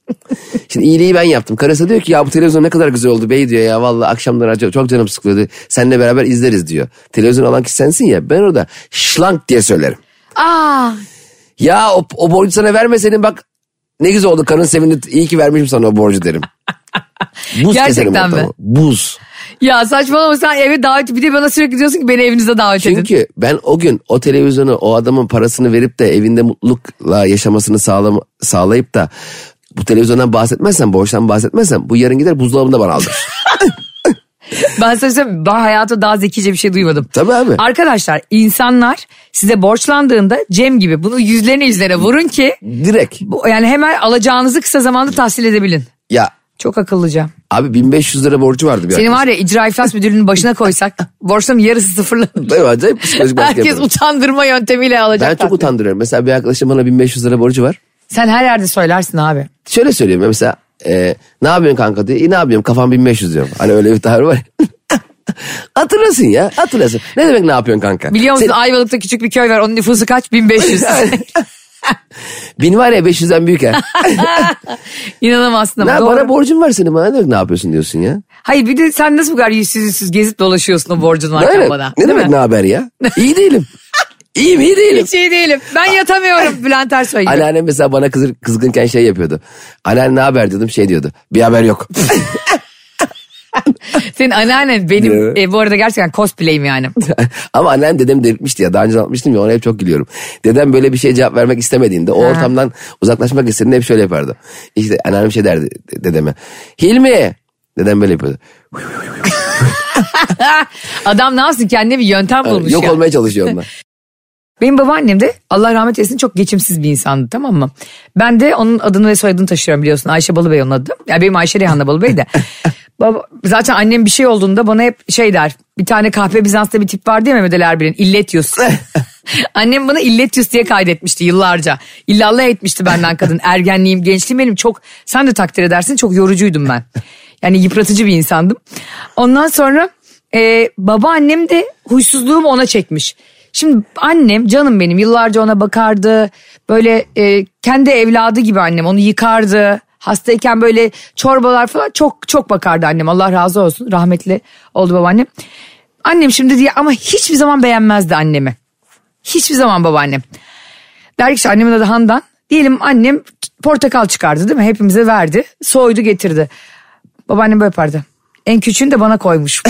C: Şimdi iyiliği ben yaptım. Karısı diyor ki ya bu televizyon ne kadar güzel oldu bey diyor ya. Vallahi akşamdan acaba çok canım sıkılıyordu. Seninle beraber izleriz diyor. Televizyon alan kişi sensin ya. Ben orada şlank diye söylerim.
B: Aa,
C: Ya o, o borcu sana vermeseydin bak ne güzel oldu karın sevindi iyi ki vermişim sana o borcu derim. Buz keserim
B: Gerçekten mi?
C: ortamı. Buz.
B: ya saçmalama sen eve davet bir de bana sürekli diyorsun ki beni evinize davet edin.
C: Çünkü ben o gün o televizyonu o adamın parasını verip de evinde mutlulukla yaşamasını sağlam, sağlayıp da bu televizyondan bahsetmezsen borçtan bahsetmezsen bu yarın gider buzdolabında bana alır.
B: Ben size söyleyeyim, ben hayatımda daha zekice bir şey duymadım.
C: Tabii abi.
B: Arkadaşlar insanlar size borçlandığında Cem gibi bunu yüzlerine yüzlerine vurun ki
C: Direkt.
B: bu- yani hemen alacağınızı kısa zamanda tahsil edebilin.
C: Ya
B: Çok akıllıca.
C: abi 1500 lira borcu vardı bir
B: Seni var ya icra iflas müdürlüğünün başına koysak borçların yarısı sıfırlanır.
C: arkadaşın. Tabii acayip psikolojik baskı
B: Herkes
C: yapıyorum.
B: utandırma yöntemiyle alacak.
C: Ben çok
B: tahsil.
C: utandırıyorum. Mesela bir arkadaşım bana 1500 lira borcu var.
B: Sen her yerde söylersin abi.
C: şöyle söylüyorum ya mesela e, ne yapıyorsun kanka diyor. E, ne yapıyorum kafam 1500 diyorum. Hani öyle bir tabir var. ya. hatırlasın ya hatırlasın. Ne demek ne yapıyorsun kanka?
B: Biliyor musun Ayvalık'ta küçük bir köy var onun nüfusu kaç? 1500.
C: Bin var ya 500'den büyük ya.
B: İnanamazsın ama
C: ne,
B: doğru.
C: bana borcun var senin bana ne demek ne yapıyorsun diyorsun ya.
B: Hayır bir de sen nasıl bu kadar yüzsüz yüzsüz gezip dolaşıyorsun o borcun
C: Ne,
B: varken
C: demek-
B: bana.
C: ne
B: Değil
C: demek
B: mi?
C: ne haber ya? İyi değilim. İyiyim iyi değilim.
B: Hiç iyi değilim. Ben yatamıyorum Bülent Ersoy gibi.
C: Anneannem mesela bana kızır, kızgınken şey yapıyordu. Anneanne ne haber diyordum şey diyordu. Bir haber yok.
B: Senin anneannen benim
C: Evet.
B: e, bu arada gerçekten cosplay'im yani.
C: Ama annem dedem delirtmişti ya. Daha önce anlatmıştım ya ona hep çok gülüyorum. Dedem böyle bir şeye cevap vermek istemediğinde o
B: Ha.
C: ortamdan uzaklaşmak istediğinde hep şöyle yapardı. İşte anneannem şey derdi dedeme. Hilmi! Dedem böyle yapıyordu.
B: Adam ne yapsın kendine bir yöntem bulmuş
C: Yok
B: ya.
C: olmaya çalışıyor onlar.
B: Benim babaannem de Allah rahmet eylesin çok geçimsiz bir insandı tamam mı? Ben de onun adını ve soyadını taşıyorum biliyorsun. Ayşe Balıbey onun adı. Ya benim Ayşe Reyhan'la Balıbey de. Baba, zaten annem bir şey olduğunda bana hep şey der. Bir tane kahpe Bizans'ta bir tip vardı ya Mehmet Ali Erbil'in. İllet yüz. Annem bana illetius diye kaydetmişti yıllarca. İllallah etmişti benden kadın. Ergenliğim, gençliğim benim çok sen de takdir edersin çok yorucuydum ben. Yani yıpratıcı bir insandım. Ondan sonra e, babaannem de huysuzluğum ona çekmiş. Şimdi annem canım benim yıllarca ona bakardı. Böyle e, kendi evladı gibi annem onu yıkardı. Hastayken böyle çorbalar falan çok çok bakardı annem. Allah razı olsun rahmetli oldu babaannem. Annem şimdi diye ama hiçbir zaman beğenmezdi annemi. Hiçbir zaman babaannem. Der ki işte annemin adı Handan. Diyelim annem portakal çıkardı değil mi? Hepimize verdi. Soydu getirdi. Babaannem böyle yapardı. En küçüğünü de bana koymuş.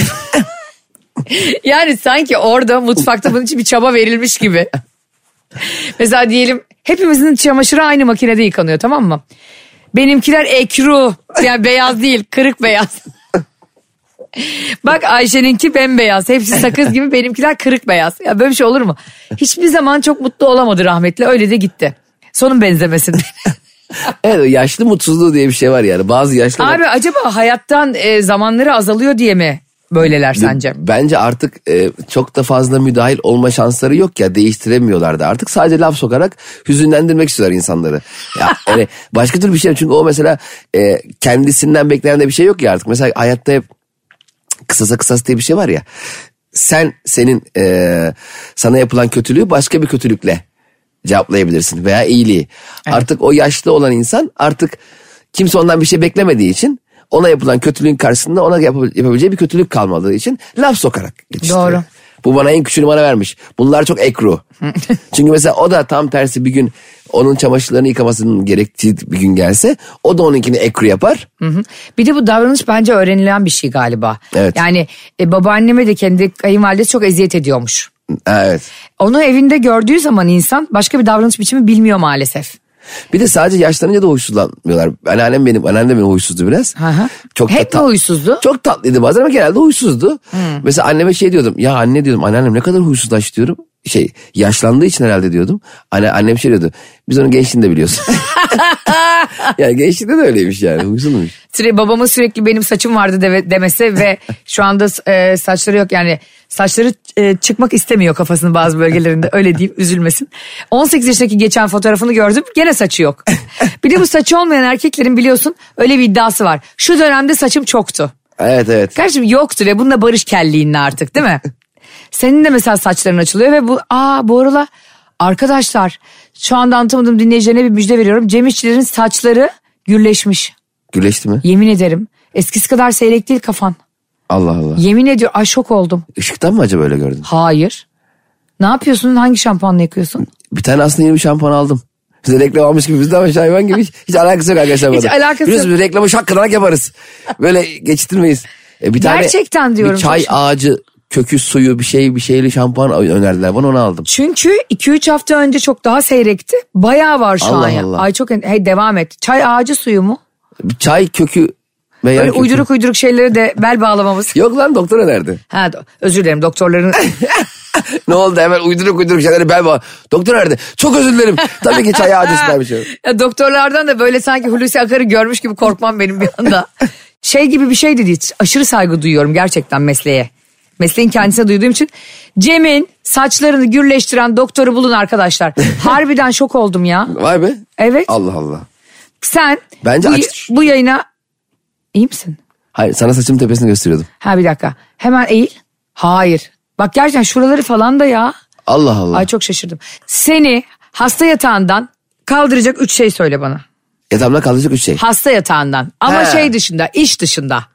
B: yani sanki orada mutfakta bunun için bir çaba verilmiş gibi. Mesela diyelim hepimizin çamaşırı aynı makinede yıkanıyor tamam mı? Benimkiler ekru. Yani beyaz değil kırık beyaz. Bak Ayşe'ninki bembeyaz. Hepsi sakız gibi benimkiler kırık beyaz. Ya böyle bir şey olur mu? Hiçbir zaman çok mutlu olamadı rahmetli. Öyle de gitti. Sonun benzemesin.
C: Evet o yaşlı mutsuzluğu diye bir şey var yani. Bazı yaşlı
B: Abi acaba hayattan e, zamanları azalıyor diye mi böyleler sence?
C: Bence artık e, çok da fazla müdahil olma şansları yok ya değiştiremiyorlardı. Artık sadece laf sokarak hüzünlendirmek istiyorlar insanları. Ya, yani başka türlü bir şey yok. çünkü o mesela e, kendisinden beklenen de bir şey yok ya artık. Mesela hayatta hep kısasa kısas diye bir şey var ya. Sen senin e, sana yapılan kötülüğü başka bir kötülükle cevaplayabilirsin veya iyiliği. Artık o yaşlı olan insan artık kimse ondan bir şey beklemediği için ona yapılan kötülüğün karşısında ona yap- yapabileceği bir kötülük kalmadığı için laf sokarak yetiştiriyor.
B: Doğru.
C: Bu bana en küçüğünü bana vermiş. Bunlar çok ekru. Çünkü mesela o da tam tersi bir gün onun çamaşırlarını yıkamasının gerektiği bir gün gelse o da onunkini ekru yapar.
B: Hı. Bir de bu davranış bence öğrenilen bir şey galiba.
C: Evet.
B: Yani e, babaanneme de kendi kayınvalidesi çok eziyet ediyormuş.
C: Evet.
B: Onu evinde gördüğü zaman insan başka bir davranış biçimi bilmiyor maalesef.
C: Bir de sadece yaşlanınca da huysuzlanmıyorlar. Anneannem benim, anneannem benim huysuzdu biraz.
B: Hı hı.
C: da
B: Hep mi
C: tat-
B: huysuzdu?
C: Çok tatlıydı bazen ama genelde huysuzdu. Mesela anneme şey diyordum. Ya anne diyordum anneannem ne kadar huysuzlaş diyorum. Şey yaşlandığı için herhalde diyordum. Anne, annem şey diyordu. Biz onu gençliğinde biliyorsun. yani gençliğinde de öyleymiş yani huysuzmuş.
B: Süre, babamın sürekli benim saçım vardı deve- demesi ve şu anda e, saçları yok yani saçları e, çıkmak istemiyor kafasının bazı bölgelerinde öyle diyeyim üzülmesin. 18 yaşındaki geçen fotoğrafını gördüm gene saçı yok. Bir de bu saçı olmayan erkeklerin biliyorsun öyle bir iddiası var. Şu dönemde saçım çoktu.
C: Evet evet.
B: Kardeşim yoktu ve bununla barış kelliğinle artık değil mi? Senin de mesela saçların açılıyor ve bu aa bu arada arkadaşlar şu anda anlatamadım dinleyicilerine bir müjde veriyorum. Cem İşçilerin saçları gürleşmiş.
C: Güleşti mi?
B: Yemin ederim. Eskisi kadar seyrek değil kafan.
C: Allah Allah.
B: Yemin ediyorum ay şok oldum.
C: Işıktan mı acaba öyle gördün?
B: Hayır. Ne yapıyorsun? Hangi şampuanla yıkıyorsun?
C: Bir tane aslında yeni bir şampuan aldım. Bize reklam almış gibi bizde ama hayvan gibi hiç, hiç alakası yok arkadaşlar. bu
B: Hiç
C: arada.
B: alakası
C: Biliyorsunuz
B: yok.
C: Biz reklamı şakkılarak yaparız. Böyle geçiştirmeyiz. E bir tane,
B: Gerçekten diyorum.
C: Bir çay
B: Çok-
C: ağacı kökü suyu bir şey bir şeyli şampuan önerdiler bana onu aldım.
B: Çünkü 2-3 hafta önce çok daha seyrekti. Bayağı var şu
C: Allah
B: an ya.
C: Allah.
B: Ay çok en- hey devam et. Çay ağacı suyu mu?
C: Bir çay kökü veya
B: Böyle
C: kökü.
B: uyduruk uyduruk şeyleri de bel bağlamamız.
C: Yok lan doktor önerdi.
B: Ha do- özür dilerim doktorların
C: ne oldu hemen uyduruk uyduruk şeyleri ben bağ- Doktor önerdi. Çok özür dilerim. Tabii ki çay ağacı vermiş.
B: Ya doktorlardan da böyle sanki Hulusi Akar'ı görmüş gibi korkmam benim bir anda. Şey gibi bir şey dedi. Aşırı saygı duyuyorum gerçekten mesleğe. Mesleğin kendisine duyduğum için. Cem'in saçlarını gürleştiren doktoru bulun arkadaşlar. Harbiden şok oldum ya.
C: Vay be.
B: Evet.
C: Allah Allah.
B: Sen
C: Bence
B: bu,
C: aç-
B: bu yayına... İyi misin?
C: Hayır sana saçımın tepesini gösteriyordum.
B: Ha bir dakika. Hemen eğil. Hayır. Bak gerçekten şuraları falan da ya.
C: Allah Allah.
B: Ay çok şaşırdım. Seni hasta yatağından kaldıracak üç şey söyle bana.
C: Yatağımda kalacak üç şey.
B: Hasta yatağından. Ama
C: He.
B: şey dışında, iş dışında.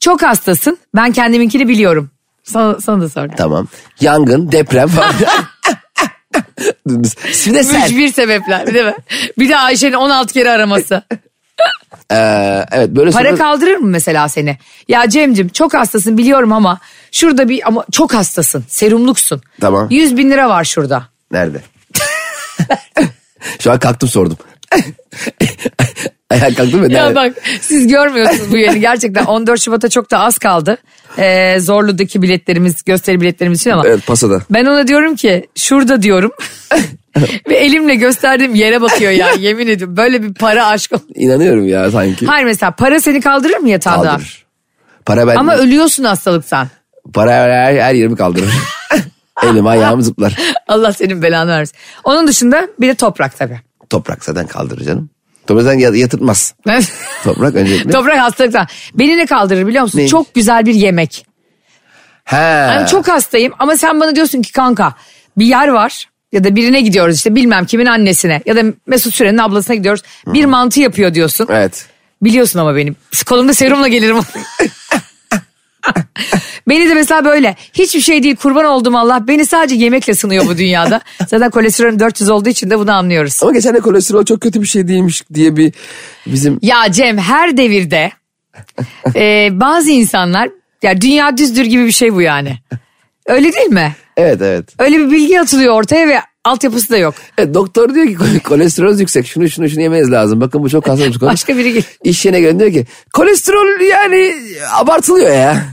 B: Çok hastasın. Ben kendiminkini biliyorum. Sana, sana da sordum.
C: Tamam. Yangın, deprem falan. Bir de sen.
B: Mücbir sebepler değil mi? Bir de Ayşe'nin 16 kere araması.
C: Ee, evet böyle
B: Para
C: sonra-
B: kaldırır mı mesela seni? Ya Cem'cim çok hastasın biliyorum ama şurada bir ama çok hastasın. Serumluksun.
C: Tamam.
B: 100 bin lira var şurada.
C: Nerede? Şu an kalktım sordum. Ayağa kalktım ve nerede?
B: Ya bak siz görmüyorsunuz bu yeri gerçekten 14 Şubat'a çok da az kaldı. Ee, Zorlu'daki biletlerimiz gösteri biletlerimiz için ama.
C: Evet pasada.
B: Ben ona diyorum ki şurada diyorum. Ve elimle gösterdiğim yere bakıyor ya yemin ediyorum. Böyle bir para aşkı.
C: İnanıyorum ya sanki.
B: Hayır mesela para seni kaldırır mı yatağda?
C: Kaldırır. Para ben
B: Ama ölüyorsun hastalıktan.
C: para her, her yerimi kaldırır. Elim ayağım zıplar.
B: Allah senin belanı versin. Onun dışında bir de toprak tabii.
C: Toprak zaten kaldırır canım. Toprak zaten ya- yatırtmaz. Toprak öncelikle.
B: toprak hastalıktan. Beni ne kaldırır biliyor musun?
C: Neymiş?
B: Çok güzel bir yemek.
C: He.
B: Ben çok hastayım ama sen bana diyorsun ki kanka bir yer var ya da birine gidiyoruz işte bilmem kimin annesine ya da Mesut Süren'in ablasına gidiyoruz. Bir mantı yapıyor diyorsun.
C: Evet.
B: Biliyorsun ama benim. Kolumda serumla gelirim. beni de mesela böyle hiçbir şey değil kurban oldum Allah beni sadece yemekle sınıyor bu dünyada. Zaten kolesterolüm 400 olduğu için de bunu anlıyoruz.
C: Ama geçen de kolesterol çok kötü bir şey değilmiş diye bir bizim
B: Ya Cem her devirde e, bazı insanlar ya dünya düzdür gibi bir şey bu yani. Öyle değil mi?
C: evet evet.
B: Öyle bir bilgi atılıyor ortaya ve altyapısı da yok.
C: Evet, E, doktor diyor ki kolesterol yüksek şunu şunu şunu yemeniz lazım. Bakın bu çok hastalıklı konu.
B: Başka biri gel-
C: İş yerine gelen diyor ki kolesterol yani abartılıyor ya.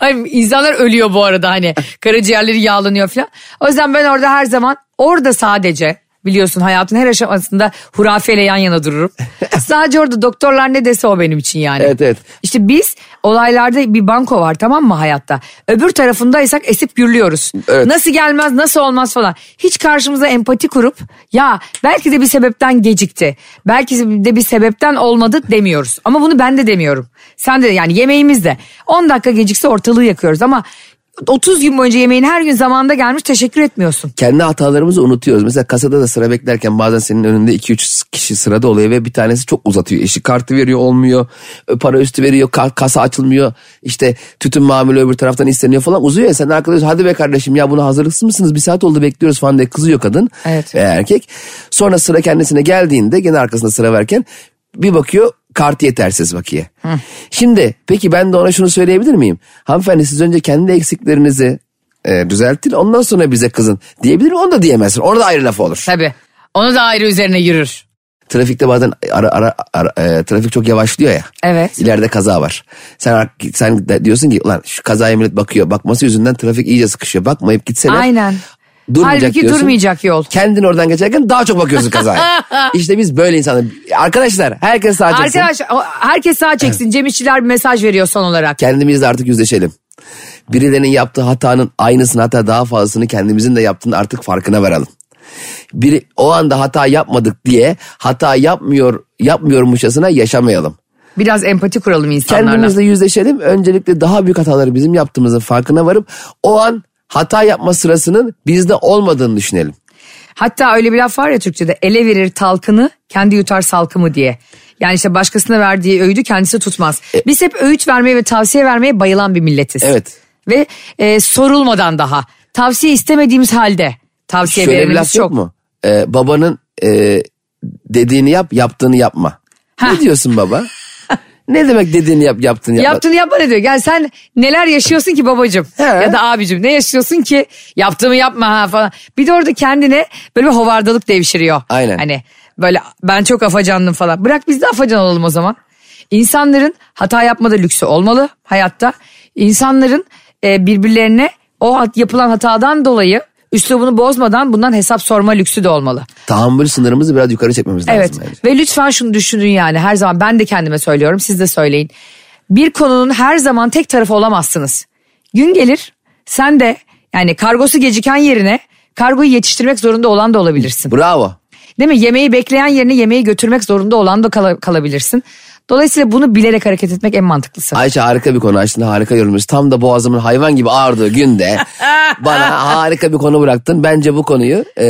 B: Ay, insanlar ölüyor bu arada hani karaciğerleri yağlanıyor falan. O yüzden ben orada her zaman orada sadece biliyorsun hayatın her aşamasında hurafeyle yan yana dururum. sadece orada doktorlar ne dese o benim için yani.
C: Evet, evet.
B: İşte biz olaylarda bir banko var tamam mı hayatta? Öbür tarafındaysak esip gürlüyoruz.
C: Evet.
B: Nasıl gelmez nasıl olmaz falan. Hiç karşımıza empati kurup ya belki de bir sebepten gecikti. Belki de bir sebepten olmadı demiyoruz. Ama bunu ben de demiyorum. Sen de yani yemeğimiz de 10 dakika gecikse ortalığı yakıyoruz ama 30 gün boyunca yemeğin her gün zamanda gelmiş teşekkür etmiyorsun.
C: Kendi hatalarımızı unutuyoruz. Mesela kasada da sıra beklerken bazen senin önünde 2-3 kişi sırada oluyor ve bir tanesi çok uzatıyor. Eşi kartı veriyor olmuyor. E, Para üstü veriyor. ka- kasa açılmıyor. İşte tütün mamülü öbür taraftan isteniyor falan. Uzuyor ya sen arkadaş hadi be kardeşim ya buna hazırlıksız mısınız? Bir saat oldu bekliyoruz falan diye kızıyor kadın. E,
B: Evet.
C: Ve erkek. Sonra sıra kendisine geldiğinde gene arkasında sıra verken bir bakıyor kartı yetersiz bakiye. Şimdi peki ben de ona şunu söyleyebilir miyim? Hanımefendi siz önce kendi eksiklerinizi e, düzeltin ondan sonra bize kızın diyebilir mi? Onu da diyemezsin. Orada ayrı laf olur.
B: Tabii. Onu da ayrı üzerine yürür.
C: Trafikte bazen ara, ara, ara- e, trafik çok yavaşlıyor ya.
B: Evet.
C: İleride kaza var. Sen ar- sen de diyorsun ki lan şu kazaya millet bakıyor. Bakması yüzünden trafik iyice sıkışıyor. Bakmayıp gitseler.
B: Aynen.
C: Durmayacak
B: Halbuki
C: diyorsun.
B: durmayacak yol.
C: Kendin oradan geçerken daha çok bakıyorsun kazaya. işte biz böyle insanlar. Arkadaşlar herkes sağ çeksin.
B: Arkadaş herkes sağ çeksin. Cem İşçiler bir mesaj veriyor son olarak.
C: Kendimizle artık yüzleşelim. Birilerinin yaptığı hatanın aynısını hatta daha fazlasını kendimizin de yaptığının artık farkına varalım. Biri, o anda hata yapmadık diye hata yapmıyor yapmıyormuşçasına yaşamayalım.
B: Biraz empati kuralım insanlarla.
C: Kendimizle yüzleşelim. Öncelikle daha büyük hataları bizim yaptığımızın farkına varıp o an hata yapma sırasının bizde olmadığını düşünelim.
B: Hatta öyle bir laf var ya Türkçe'de ele verir talkını kendi yutar salkımı diye. Yani işte başkasına verdiği öğüdü kendisi tutmaz. Biz hep öğüt vermeye ve tavsiye vermeye bayılan bir milletiz.
C: E- Evet.
B: Ve e, sorulmadan daha tavsiye istemediğimiz halde tavsiye
C: Şöyle bir
B: verilmemiz
C: laf
B: çok.
C: yok mu? Ee, babanın e, dediğini yap yaptığını yapma. Ne
B: Heh.
C: diyorsun baba? ne demek dediğini yap yaptığını yapma?
B: Yaptığını yapma ne diyor? Yani sen neler yaşıyorsun ki babacığım
C: He.
B: ya da abicim ne yaşıyorsun ki yaptığımı yapma ha falan. Bir de orada kendine böyle bir hovardalık devşiriyor.
C: Aynen.
B: Hani böyle ben çok afacandım falan. Bırak biz de afacan olalım o zaman. İnsanların hata yapmada lüksü olmalı hayatta. İnsanların e, birbirlerine o hat- yapılan hatadan dolayı üslubunu bozmadan bundan hesap sorma lüksü de olmalı.
C: Tahammül sınırımızı biraz yukarı çekmemiz
B: Evet
C: lazım bence.
B: ve lütfen şunu düşünün yani her zaman ben de kendime söylüyorum siz de söyleyin. Bir konunun her zaman tek tarafı olamazsınız. Gün gelir sen de yani kargosu geciken yerine kargoyu yetiştirmek zorunda olan da olabilirsin.
C: Bravo.
B: Değil mi? Yemeği bekleyen yerine yemeği götürmek zorunda olan da kala- kalabilirsin. Dolayısıyla bunu bilerek hareket etmek en mantıklısı.
C: Ayşe harika bir konu açtın harika yorumluyorsun. Tam da boğazımın hayvan gibi ağrıdığı günde bana harika bir konu bıraktın. Bence bu konuyu e,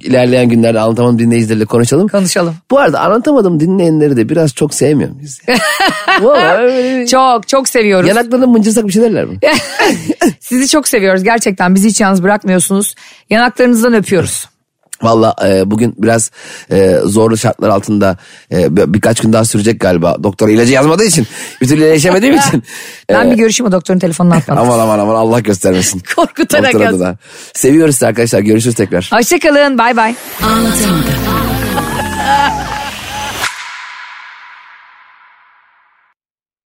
C: ilerleyen günlerde anlatamadım dinleyicilerle konuşalım.
B: Konuşalım.
C: Bu arada anlatamadım dinleyenleri de biraz çok sevmiyorum biz. Vallahi öyle-
B: Çok çok seviyoruz.
C: Yanaklarını mıncırsak bir şey derler mi?
B: Sizi çok seviyoruz gerçekten bizi hiç yalnız bırakmıyorsunuz. Yanaklarınızdan öpüyoruz.
C: Valla e, bugün biraz e, zorlu şartlar altında e, bir- birkaç gün daha sürecek galiba. Doktor ilacı yazmadığı için, bir türlü iyileşemediğim için.
B: Ben bir görüşeyim o doktorun telefonunu atmadım.
C: Aman aman aman Allah göstermesin.
B: Korkutarak
C: Doktor
B: yaz.
C: adına. Seviyoruz sizi arkadaşlar görüşürüz tekrar.
B: Hoşçakalın bay bay.
D: Anlatamadım.